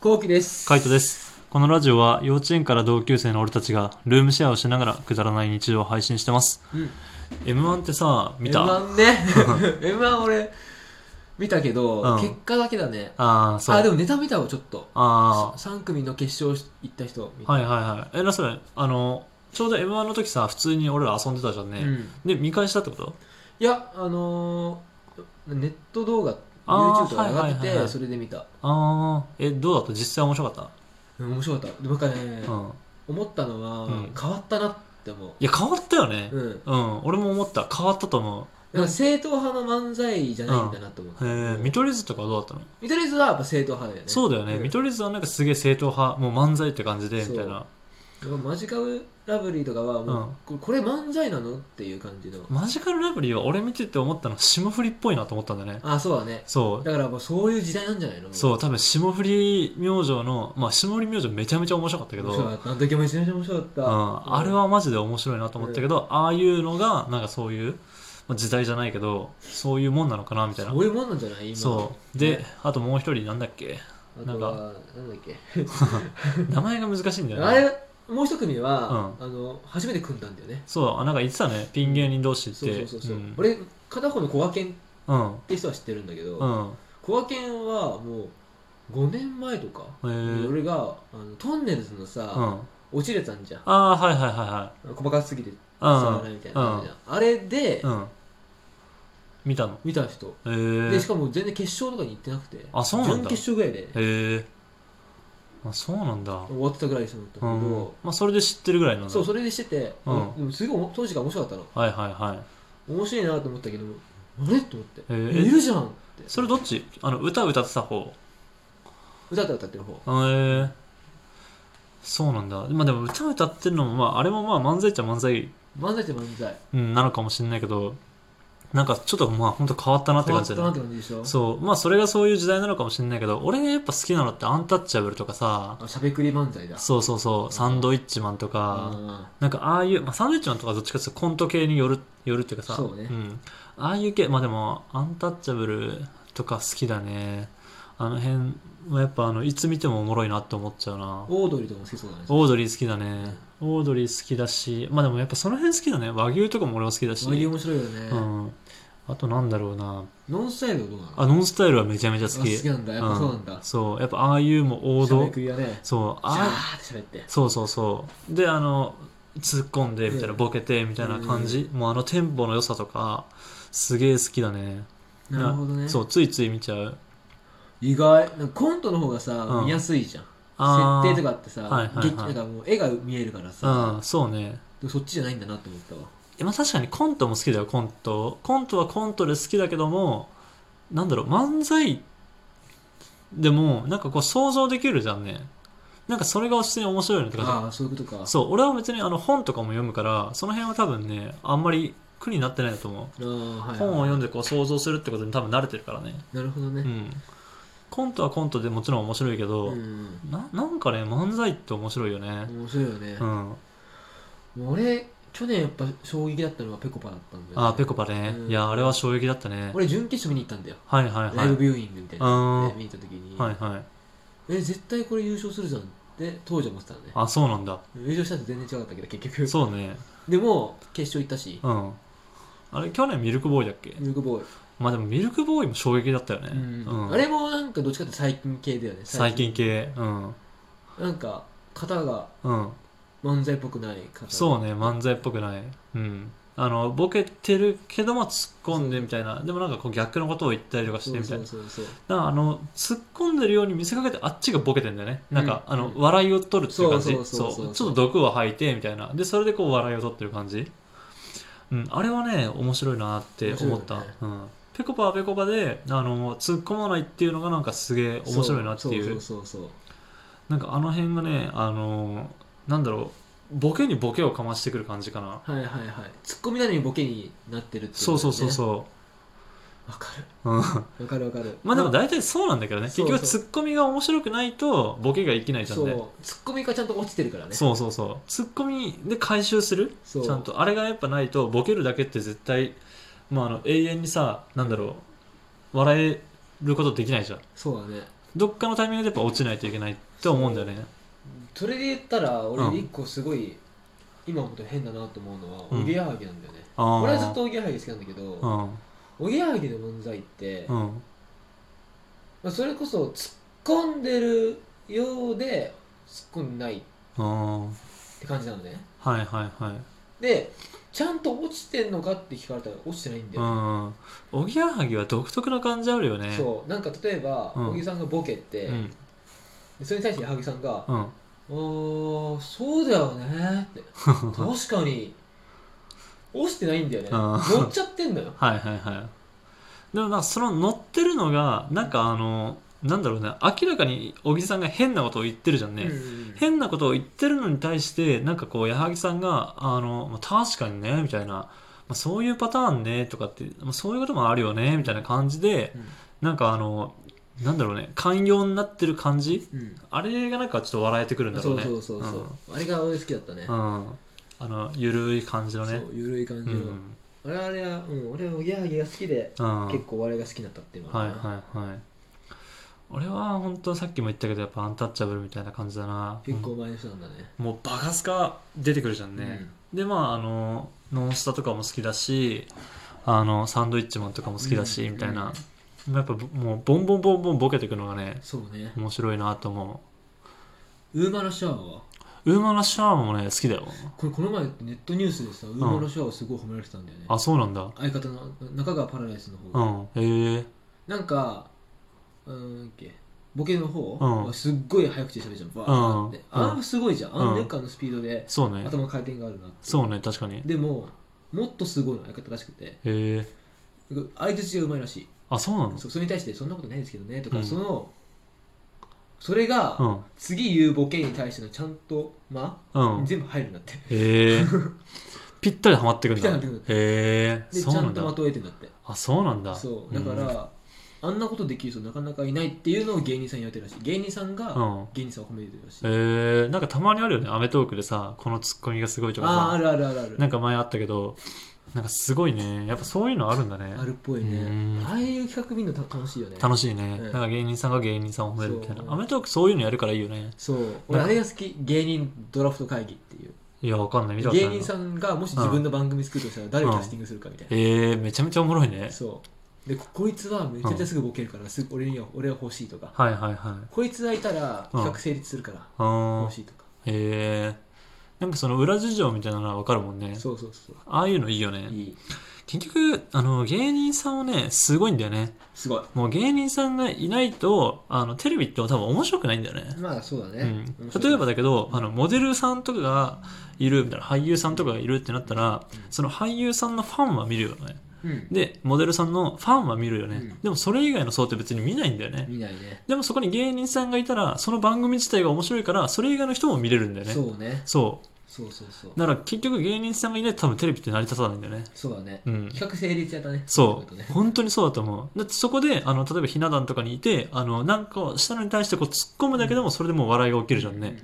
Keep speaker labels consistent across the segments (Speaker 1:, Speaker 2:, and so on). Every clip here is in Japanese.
Speaker 1: こうきです。
Speaker 2: カイトです。このラジオは幼稚園から同級生の俺たちがルームシェアをしながらくだらない日常を配信してます。
Speaker 1: うん
Speaker 2: M1 ってさ、見た
Speaker 1: M1 ね。M1 俺、見たけど、
Speaker 2: うん
Speaker 1: 結果だけだね。
Speaker 2: ああ、そう。
Speaker 1: あ、でもネタ見たわ、ちょっと。
Speaker 2: あ
Speaker 1: 3組の決勝行った人見
Speaker 2: あ、
Speaker 1: た。
Speaker 2: はいはいはい。え、な、それ、あの、ちょうど M1 の時さ、普通に俺ら遊んでたじゃんね。
Speaker 1: うん
Speaker 2: で、見返したってこと
Speaker 1: いや、あのーネット動画、
Speaker 2: あー
Speaker 1: YouTube とか上がってて、
Speaker 2: はいはいはいはい
Speaker 1: それで見た。
Speaker 2: ああ、え、どうだった実際面白かっ
Speaker 1: うん面白かった。で、なんかね
Speaker 2: た、うん。
Speaker 1: 思ったのは、
Speaker 2: うん
Speaker 1: 変わったなって思
Speaker 2: いや、変わったよね
Speaker 1: う。。うん。
Speaker 2: うん、俺も思った。変わったと思
Speaker 1: なんか正統派の漫才じゃないんだなと思っ
Speaker 2: う。
Speaker 1: た。
Speaker 2: へえ、見取り図とかはどうだったの
Speaker 1: 見取り図はやっぱ正統派だよね。
Speaker 2: そうだよね。
Speaker 1: ん
Speaker 2: 見取り図はなんかすげえ正統派、もう漫才って感じで、みたいな。
Speaker 1: マジカルラブリーとかはもう、
Speaker 2: うん
Speaker 1: ここれ漫才なのっていう感じの
Speaker 2: マジカルラブリーは俺見てて思ったのは霜降りっぽいなと思ったんだね
Speaker 1: あそうだね
Speaker 2: そう
Speaker 1: だからもうそういう時代なんじゃないの
Speaker 2: そうう多分霜降り明星のまあ霜降り明星めちゃめちゃ面白かったけ
Speaker 1: け
Speaker 2: ど
Speaker 1: どそうだったあの時もめちゃめちゃ面白かった、
Speaker 2: うん、あれはマジで面白いなと思ったけど、ああいうのがなんかそういう、まあ、時代じゃないけどそういうもんなのかなみたいな
Speaker 1: そういうもんなんじゃない今
Speaker 2: そうであともう一人なんだ っけ
Speaker 1: あとはなんだっけ
Speaker 2: 名前が難しいんだよね
Speaker 1: あれもう一組は、あの初めて組んだんだよね
Speaker 2: そうあなんか言ってたねピン芸人同士っ
Speaker 1: そうそ
Speaker 2: て
Speaker 1: うそうそう、
Speaker 2: ん
Speaker 1: 俺片方のコアケンっ
Speaker 2: うん
Speaker 1: て人は知ってるんだけど、
Speaker 2: うん
Speaker 1: コアケンはもう5年前とか、
Speaker 2: へー
Speaker 1: 俺があのトンネルズの
Speaker 2: う
Speaker 1: さ、
Speaker 2: ん
Speaker 1: 落ちれたんじゃん
Speaker 2: ああーはいはいは
Speaker 1: 細かすぎてし
Speaker 2: いはい
Speaker 1: ょうがないみたいな感じじゃんあれで、
Speaker 2: うん、うんうん、見たの
Speaker 1: 見た人
Speaker 2: へえ
Speaker 1: でしかも全然決勝とかに行ってなくて
Speaker 2: あそうなんだ
Speaker 1: 準決勝ぐらいで
Speaker 2: へえあそうなんだ、
Speaker 1: 終わってたぐらいですもんだけ
Speaker 2: う
Speaker 1: ど、
Speaker 2: んまあ、それで知ってるぐらいなんだ
Speaker 1: そうそれでしてて、
Speaker 2: うん
Speaker 1: でもすごい当時から面白かったの
Speaker 2: はいはいはい
Speaker 1: 面白いなと思ったけどあれと思って、
Speaker 2: えー
Speaker 1: いるじゃんって
Speaker 2: それどっちあの歌歌ってた方
Speaker 1: 歌った歌ってる方
Speaker 2: へえそうなんだまあでも歌歌ってるのも、まあ、あれもまあ漫才っちゃ漫才、
Speaker 1: 漫才って漫才
Speaker 2: うん、なのかもしれないけどなんかちょっとまあ本当変わったなって
Speaker 1: 変わ
Speaker 2: 感
Speaker 1: っ
Speaker 2: じ
Speaker 1: た
Speaker 2: だ
Speaker 1: なっ
Speaker 2: ね
Speaker 1: て感じでしょ
Speaker 2: そうまあそれがそういう時代なのかもしれないけど俺がやっぱ好きなのってアンタッチャブルとかさ
Speaker 1: あしゃべくり漫才だ
Speaker 2: そうそうそうサンドイッチマンとか、
Speaker 1: あ
Speaker 2: なんかああいう、まあ、サンドウィッチマンとかどっちかっていうとコント系によるよるっていうかさ
Speaker 1: そうね
Speaker 2: ん、ああいう系まあでもアンタッチャブルとか好きだねあの辺はやっぱあのいつ見てもおもろいなって思っちゃうな
Speaker 1: ーオードリーとかも好きそうだね
Speaker 2: オードリー好きだねオードリー好きだしまあでもやっぱその辺好きだね和牛とかも俺は好きだし
Speaker 1: そういう面白いよね、
Speaker 2: うん、あとなんだろうな
Speaker 1: ノンスタイルはどうなの
Speaker 2: あノンスタイルはめちゃめちゃ好き
Speaker 1: あ好きなんだやっぱそうなんだ
Speaker 2: んそうやっぱああいうも王
Speaker 1: しゃべ
Speaker 2: 道
Speaker 1: くりはね
Speaker 2: そう
Speaker 1: じゃ
Speaker 2: ああ
Speaker 1: ーってしゃべって
Speaker 2: そうそうそうであの突っ込んでみたいな
Speaker 1: うん
Speaker 2: ボケてみたいな感じ、もうあのテンポの良さとかすげえ好きだね
Speaker 1: なるほどね
Speaker 2: そうついつい見ちゃう
Speaker 1: 意外なんかコントの方がさ、
Speaker 2: うん
Speaker 1: 見やすいじゃん
Speaker 2: あー
Speaker 1: 設定とかあってさ、
Speaker 2: はいはいはい
Speaker 1: 劇なんかもう絵が見えるからさ、
Speaker 2: うんそうね
Speaker 1: でもそっちじゃないんだなと思ったわ
Speaker 2: えまあ確かにコントも好きだよコントコントはコントで好きだけどもなんだろう漫才でもなんかこう想像できるじゃんねなんかそれが普通に面白いのとかじゃん
Speaker 1: ああーそういうことか
Speaker 2: そう俺は別にあの本とかも読むからその辺は多分ねあんまり苦になってないと思う
Speaker 1: あー、はいはい、
Speaker 2: 本を読んでこう想像するってことに多分慣れてるからね
Speaker 1: なるほど
Speaker 2: う
Speaker 1: ね
Speaker 2: ん、コントはコントでもちろん面白いけ
Speaker 1: う
Speaker 2: ど、
Speaker 1: ん、
Speaker 2: ななんかね漫才って面白いよね
Speaker 1: 面白いよね
Speaker 2: う、ん、
Speaker 1: もう俺去年やっぱ衝撃だったのはぺこぱだったんだよ、ね、
Speaker 2: あーぺこぱね、
Speaker 1: うん
Speaker 2: いやあれは衝撃だったね
Speaker 1: 俺準決勝見に行ったんだよ、
Speaker 2: はいはいは
Speaker 1: ラ
Speaker 2: い
Speaker 1: イ
Speaker 2: う
Speaker 1: ブビューイングみたいな
Speaker 2: ー
Speaker 1: の
Speaker 2: ん
Speaker 1: で見に行った時に、
Speaker 2: はいはい
Speaker 1: え絶対これ優勝するじゃんって当時は思ってたのね
Speaker 2: あそうなんだ
Speaker 1: 優勝したと全然違かったけど結局
Speaker 2: そうね
Speaker 1: でも決勝行ったし
Speaker 2: うんあれ去年ミルクボーイだっけ
Speaker 1: ミルクボーイ
Speaker 2: まあでもミルクボーイも衝撃だったよね、
Speaker 1: うんあれもなんかどっちかって最近系だよね
Speaker 2: 最近系うん
Speaker 1: なんか型が
Speaker 2: うん
Speaker 1: 漫才っぽくない型
Speaker 2: そうね漫才っぽくないうんあのボケてるけども突っ込んでみたいなでもなんかこう逆のことを言ったりとかして
Speaker 1: そ
Speaker 2: み
Speaker 1: う
Speaker 2: たいな
Speaker 1: そうそうそう
Speaker 2: だからあの突っ込んでるように見せかけてあっちがボケてんだよねなんか、
Speaker 1: うん
Speaker 2: あの笑いを取るっていう感じ
Speaker 1: そうそうそうそう
Speaker 2: そうちょっと毒を吐いてみたいなでそれでこう笑いを取ってる感じ、うん、あれはね面白いなって思った、
Speaker 1: 面白いよね
Speaker 2: うん、ペコパはペコパであの突っ込まないっていうのがなんかすげえ面白いなっていう
Speaker 1: そうそうそう
Speaker 2: なんかあの辺がねあのなんだろうボケにボケをかましてくる感じかな、
Speaker 1: そうはいはいはいツッコミなのにボケになってるってい
Speaker 2: そうそうそう
Speaker 1: う
Speaker 2: そ
Speaker 1: わかる
Speaker 2: う、うん、
Speaker 1: わかるわかる
Speaker 2: まあでも大体そうなんだけどね
Speaker 1: そ
Speaker 2: 結
Speaker 1: うそう
Speaker 2: 局ツッコミが面白くないとボケが生きないじゃんね
Speaker 1: そうツッコミがちゃんと落ちてるからね
Speaker 2: そうそうそうツッコミで回収する
Speaker 1: そう
Speaker 2: ちゃんとあれがやっぱないとボケるだけって絶対、まあ、あの永遠にさなんだろう笑えることできないじゃん
Speaker 1: そうだね
Speaker 2: どっかのタイミングでやっぱ落ちないといけないって思うんだよね
Speaker 1: それで言ったら
Speaker 2: うん
Speaker 1: 俺一個すごい、今思うと変だなと思うのは
Speaker 2: うん
Speaker 1: おぎやはぎなんだよね、
Speaker 2: あー
Speaker 1: 俺はずっとおぎやはぎ好きなんだけど、
Speaker 2: うん
Speaker 1: おぎやはぎの漫才って、
Speaker 2: う
Speaker 1: ま
Speaker 2: ん
Speaker 1: あ、それこそ突っ込んでるようで突っ込んでないっ
Speaker 2: うんはい
Speaker 1: て感じなのね
Speaker 2: はいはい
Speaker 1: でちゃんと落ちてんのかって聞かれたら落ちてないんだ
Speaker 2: う
Speaker 1: よ、
Speaker 2: んおぎやはぎは独特な感じあるよね
Speaker 1: そうなんか例えば
Speaker 2: うん
Speaker 1: 小木さんがボケって、
Speaker 2: うん
Speaker 1: でそれに対して矢作さんが
Speaker 2: う
Speaker 1: 「
Speaker 2: ん
Speaker 1: あーそうだよね」 って確かに落ちてないんだよね
Speaker 2: あー
Speaker 1: 乗っちゃってんのよ
Speaker 2: はいはいはいでもなんかその乗ってるのがなんかあのなんだろうね明らかに小木さんが変なことを言ってるじゃんね、
Speaker 1: うん
Speaker 2: 変なことを言ってるのに対してなんかこう矢作さんが「あのまあ確かにね」みたいな、まあ、そういうパターンねとかって、まあ、そういうこともあるよねみたいな感じでなんかあのなんだろうね寛容になってる感じ
Speaker 1: うんうん
Speaker 2: あれがなんかちょっと笑えてくるんだろ
Speaker 1: そうう
Speaker 2: ね
Speaker 1: そうそうそう、あれが俺好きだったね、
Speaker 2: うん、うんあのゆるい感じのね
Speaker 1: そうゆるい感
Speaker 2: う
Speaker 1: じの、
Speaker 2: ん、
Speaker 1: 俺はあれは、うん、俺はおぎやはぎが好きで、
Speaker 2: うん、
Speaker 1: 結構我が好きになったっていうの
Speaker 2: はい
Speaker 1: い
Speaker 2: はいはい俺は本当さっきも言ったけどやっぱアンタッチャブルみたいな感じだな
Speaker 1: 結構前の人なんだね
Speaker 2: うんもうバカスカ出てくるじゃんね、でまああのノンスタとかも好きだしあのサンドイッチマンとかも好きだし、
Speaker 1: うん
Speaker 2: みたいな、やっぱぼもうボンボンボンボンボケてくのがね
Speaker 1: そうね
Speaker 2: 面白いなと思
Speaker 1: ウーマラシャワーは
Speaker 2: うウーマラシャワーもね好きだよ
Speaker 1: これこの前ネットニュースでさウーマラシャワーをすごい褒められてたんだよね、
Speaker 2: あそうなんだ
Speaker 1: 相方の中川パラダイスの方、
Speaker 2: うんへえ
Speaker 1: なんかうーんっけボケの方、
Speaker 2: うん
Speaker 1: すっごい早口で喋るじゃんバーって、
Speaker 2: うん
Speaker 1: あれもすごいじゃん、
Speaker 2: うん
Speaker 1: あのネッカーのスピードで
Speaker 2: そうね
Speaker 1: 頭の回転があるなって
Speaker 2: そうね確かにへ
Speaker 1: でももっとすごいの相方らしくて
Speaker 2: え
Speaker 1: 相槌がうまいらしい
Speaker 2: あそうなの
Speaker 1: そそれに対してそんなことないですけどねとか、
Speaker 2: うん
Speaker 1: そのそれが、
Speaker 2: うん
Speaker 1: 次言うボケに対してのちゃんと間、
Speaker 2: うん
Speaker 1: 全部入るんだって
Speaker 2: へえ ぴったりハマってくるんだ
Speaker 1: ぴっ
Speaker 2: へ
Speaker 1: たりハマって
Speaker 2: え
Speaker 1: でち
Speaker 2: そう
Speaker 1: ゃ
Speaker 2: なんん
Speaker 1: と
Speaker 2: だ
Speaker 1: まとえてんだって
Speaker 2: あそうなんだ
Speaker 1: そうだか
Speaker 2: うん
Speaker 1: ら、あんなことできる人なかなかいないっていうのを芸人さんやってるらしい芸人さんが、
Speaker 2: うん
Speaker 1: 芸人さんを褒めてるらしい、
Speaker 2: えー、なんかたまにあるよねアメトークでさこのツッコミがすごいとか
Speaker 1: ああーあ
Speaker 2: さ
Speaker 1: るあるあるある
Speaker 2: なんか前あったけどなんかすごいねやっぱそういうのあるんだね
Speaker 1: あるっぽいね
Speaker 2: うん
Speaker 1: ああいう企画見るの楽しいよね
Speaker 2: 楽しいね、
Speaker 1: うん
Speaker 2: なんか芸人さんが芸人さんを褒めるみたい
Speaker 1: そう
Speaker 2: なアメトークそういうのやるからいいよね
Speaker 1: そう俺あれが好き芸人ドラフト会議っていう
Speaker 2: いやわかんない見たことな
Speaker 1: 芸
Speaker 2: い
Speaker 1: 人さんがもし自分の番組作るとしたら誰をキャスティングするかみたいな、
Speaker 2: えー、めちゃめちゃおもろいね
Speaker 1: そうでここいつはめちゃめちゃすぐボケるからすぐ俺には俺は欲しいとか
Speaker 2: はいはいはい
Speaker 1: こいつがいたら企画成立するから
Speaker 2: あ
Speaker 1: 欲
Speaker 2: ー
Speaker 1: しいとか
Speaker 2: えー、なんかその裏事情みたいなのはわかるもんね
Speaker 1: そうそうそう
Speaker 2: ああいうのいいよね
Speaker 1: いい
Speaker 2: 結局あの芸人さんはねすごいんだよね
Speaker 1: すごい
Speaker 2: もう芸人さんがいないとあのテレビって多分面白くないんだよね
Speaker 1: まあそうだね、
Speaker 2: うん
Speaker 1: 面白い
Speaker 2: 例えばだけどあのモデルさんとかがいるみたいな俳優さんとかがいるってなったらその俳優さんのファンは見るよね
Speaker 1: うん
Speaker 2: でモデルさんのファンは見るよね、
Speaker 1: うん
Speaker 2: でもそれ以外の層って別に見ないんだよね、
Speaker 1: 見ないね
Speaker 2: でもそこに芸人さんがいたらその番組自体が面白いからそれ以外の人も見れるんだよね
Speaker 1: そうね
Speaker 2: そ
Speaker 1: そうそうそう
Speaker 2: うだから結局芸人さんがいないと多分テレビって成り立たないんだよね
Speaker 1: そうだね、
Speaker 2: うん
Speaker 1: 企画成立やったね
Speaker 2: そ
Speaker 1: ことね
Speaker 2: う本当にそうだと思うだってそこであの例えばひな壇とかにいてあのなんかしたのに対してこう突っ込むだけでもそれでもう笑いが起きるじゃんね、
Speaker 1: うんうん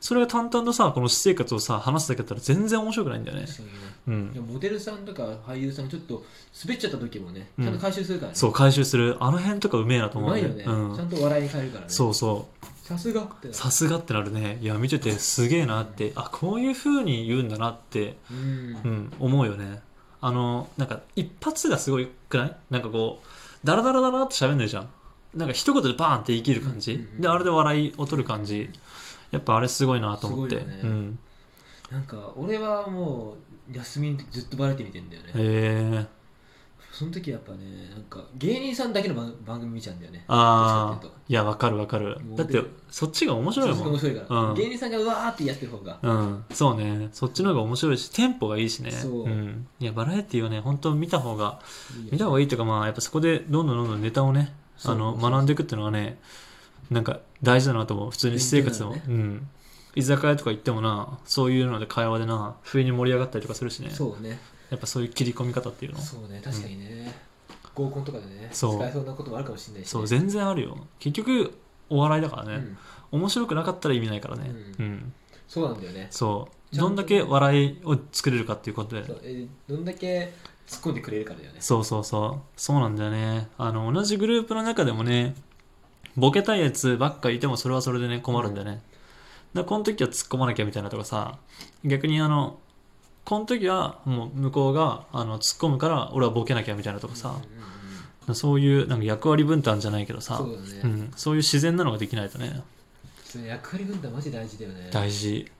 Speaker 2: それが淡々とさこの私生活をさ話すだけだったら全然面白くないんだよね
Speaker 1: 確かにね
Speaker 2: う
Speaker 1: いや
Speaker 2: ん
Speaker 1: モデルさんとか俳優さんちょっと滑っちゃった時もね
Speaker 2: うん
Speaker 1: ちゃんと回収するからね、
Speaker 2: そう回収するあの辺とかうめえなと
Speaker 1: う
Speaker 2: 思う
Speaker 1: まいよね、
Speaker 2: うん
Speaker 1: ちゃんと笑いに変えるからね
Speaker 2: そうそ
Speaker 1: さすがって
Speaker 2: う
Speaker 1: な
Speaker 2: さすがってなるねいや見ててすげえなってあこういう風に言うんだなって、
Speaker 1: うん
Speaker 2: うん、思うよねあのなんか一発がすごいくないなんかこうダラダラダラって喋んないじゃんなんか一言でバーンって言い切る感じ、
Speaker 1: うんうんうん
Speaker 2: であれで笑いを取る感じやっぱあれすごいなと思って、
Speaker 1: すごいよね
Speaker 2: うん
Speaker 1: なんか俺はもう休みの時ずっとバラエティ見てんだよね
Speaker 2: へえ
Speaker 1: その時やっぱねなんか芸人さんだけの番番組見ちゃうんだよねどっちか
Speaker 2: ああ
Speaker 1: っていうと
Speaker 2: いやわかるわかる
Speaker 1: もう
Speaker 2: だって
Speaker 1: で
Speaker 2: そっちが面
Speaker 1: そ
Speaker 2: 白
Speaker 1: う
Speaker 2: い
Speaker 1: そう
Speaker 2: も
Speaker 1: 面
Speaker 2: ん
Speaker 1: 白いから、
Speaker 2: うん
Speaker 1: 芸人さんがわーってやってる方が、
Speaker 2: うんそうねそっちの方が面白いしテンポがいいしね、
Speaker 1: そうん
Speaker 2: いやバラエティーはね本当見た方が
Speaker 1: いいよ
Speaker 2: 見た方がいいというかまあやっぱそこでどんどんどんどんネタをね
Speaker 1: そう
Speaker 2: あの
Speaker 1: そうそう
Speaker 2: 学んでいくっていうのはねなんか大事だなと思う普通に私生活でも、
Speaker 1: 勉
Speaker 2: うん居酒屋とか行ってもなそういうので会話でな不意に盛り上がったりとかするしね
Speaker 1: そうね
Speaker 2: やっぱそういう切り込み方っていうの
Speaker 1: そうね確かにね、合コンとかでね使
Speaker 2: そう
Speaker 1: えそうなこともあるかもしれないし、ね、
Speaker 2: そう全然あるよ結局お笑いだから
Speaker 1: う
Speaker 2: ね、
Speaker 1: ん、
Speaker 2: 面白くなかったら意味ないからね
Speaker 1: う
Speaker 2: うん
Speaker 1: そうなんだよね
Speaker 2: そう
Speaker 1: ちゃんと
Speaker 2: どんだけ笑いを作れるかっていうことで
Speaker 1: そうえーどんだけ突っ込んでくれるからだよね
Speaker 2: そうそうそうそうなんだよねあの同じグループの中でもねボケたいやつばっかいてもそれはそれでね困るんだよね、だからこの時は突っ込まなきゃみたいなとかさ逆にあのこの時はもう向こうがあの突っ込むから俺はボケなきゃみたいなとかさ、
Speaker 1: うんうん
Speaker 2: そういうなんか役割分担じゃないけどさ
Speaker 1: うんそうだね、
Speaker 2: ん、そういう自然なのができないとね
Speaker 1: その役割分担マジ大事だよね
Speaker 2: 大事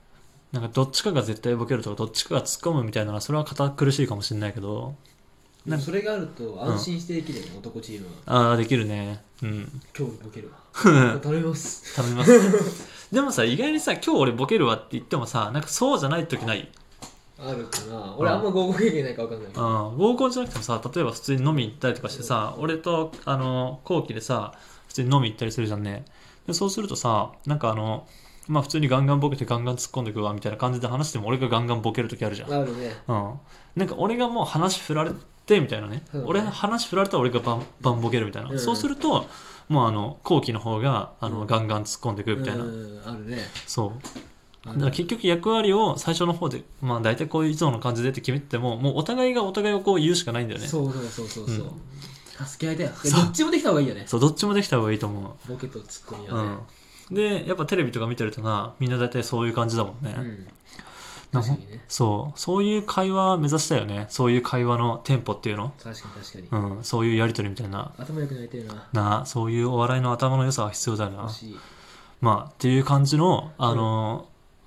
Speaker 2: なんかどっちかが絶対ボケるとかどっちかが突っ込むみたいなのはそれは堅苦しいかもしれないけど
Speaker 1: でもそれがあると安心してできるよね、男チームは
Speaker 2: ああできるねうん
Speaker 1: 今日ボケるわ頼みます
Speaker 2: 頼みます でもさ意外にさ今日俺ボケるわって言ってもさなんかそうじゃない時ない、
Speaker 1: あるかな俺あんま合コン経験ないから分かんない
Speaker 2: うん、合コンじゃなくてもさ例えば普通に飲み行ったりとかしてさ俺とあの後期でさ普通に飲み行ったりするじゃんねでそうするとさなんかあのまあ普通にガンガンボケてガンガン突っ込んでくわみたいな感じで話しても俺がガンガンボケる時あるじゃん
Speaker 1: あるね
Speaker 2: うん、なんか俺がもう話振られてみたいなね、
Speaker 1: うん
Speaker 2: 俺話振られたら俺がバンバンボケるみたいな、
Speaker 1: うん
Speaker 2: そうするともうあの後期の方があの、
Speaker 1: うん
Speaker 2: ガンガン突っ込んでくるみたいな、
Speaker 1: うんあるね
Speaker 2: そう
Speaker 1: あ
Speaker 2: だ
Speaker 1: る
Speaker 2: から結局役割を最初の方で、まあ、大体こういういつもの感じでって決めててももうお互いがお互いをこう言うしかないんだよね
Speaker 1: そうそうそうそうそう、
Speaker 2: うん
Speaker 1: 助け合いだよで
Speaker 2: そ
Speaker 1: ど
Speaker 2: う
Speaker 1: っちもできた方がいいよね
Speaker 2: そうどっちもできた方がいいと思
Speaker 1: ボケとツッコミ
Speaker 2: う、う
Speaker 1: はね
Speaker 2: ん、でやっぱテレビとか見てるとなみんな大体そういう感じだもんね、
Speaker 1: うん、
Speaker 2: な
Speaker 1: 確かにね
Speaker 2: そうそういう会話目指したよねそういう会話のテンポっていうの、
Speaker 1: 確かに確かに、
Speaker 2: うん、そういうやり取りみたいな
Speaker 1: 頭良くなりたいな
Speaker 2: なあそういうお笑いの頭の良さは必要だよ
Speaker 1: 欲
Speaker 2: な。
Speaker 1: しい
Speaker 2: まあ、っていう感じの、あの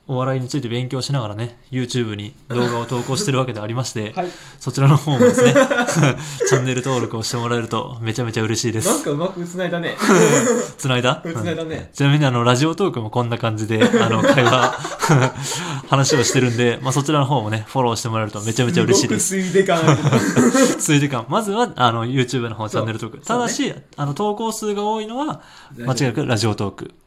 Speaker 2: お笑いについて勉強しながらね、YouTube に動画を投稿してるわけでありまして、
Speaker 1: はい
Speaker 2: そちらの方もですね、 チャンネル登録をしてもらえるとめちゃめちゃ嬉しいで
Speaker 1: なん
Speaker 2: す。
Speaker 1: かうまくつないだ ね
Speaker 2: つないだ
Speaker 1: うん繋いだね
Speaker 2: うんちなみにあの、ラジオトークもこんな感じで、あ の、会話、 話をしてるんで、まあそちらの方もね、フォローしてもらえるとめちゃめちゃ嬉しいです。
Speaker 1: すごくついで感ある
Speaker 2: ついでか。まずは、あの、YouTube の方、チャンネル登録。
Speaker 1: そ
Speaker 2: た
Speaker 1: う
Speaker 2: だし、あの、投稿数が多いのは、間違いなくラジオトーク。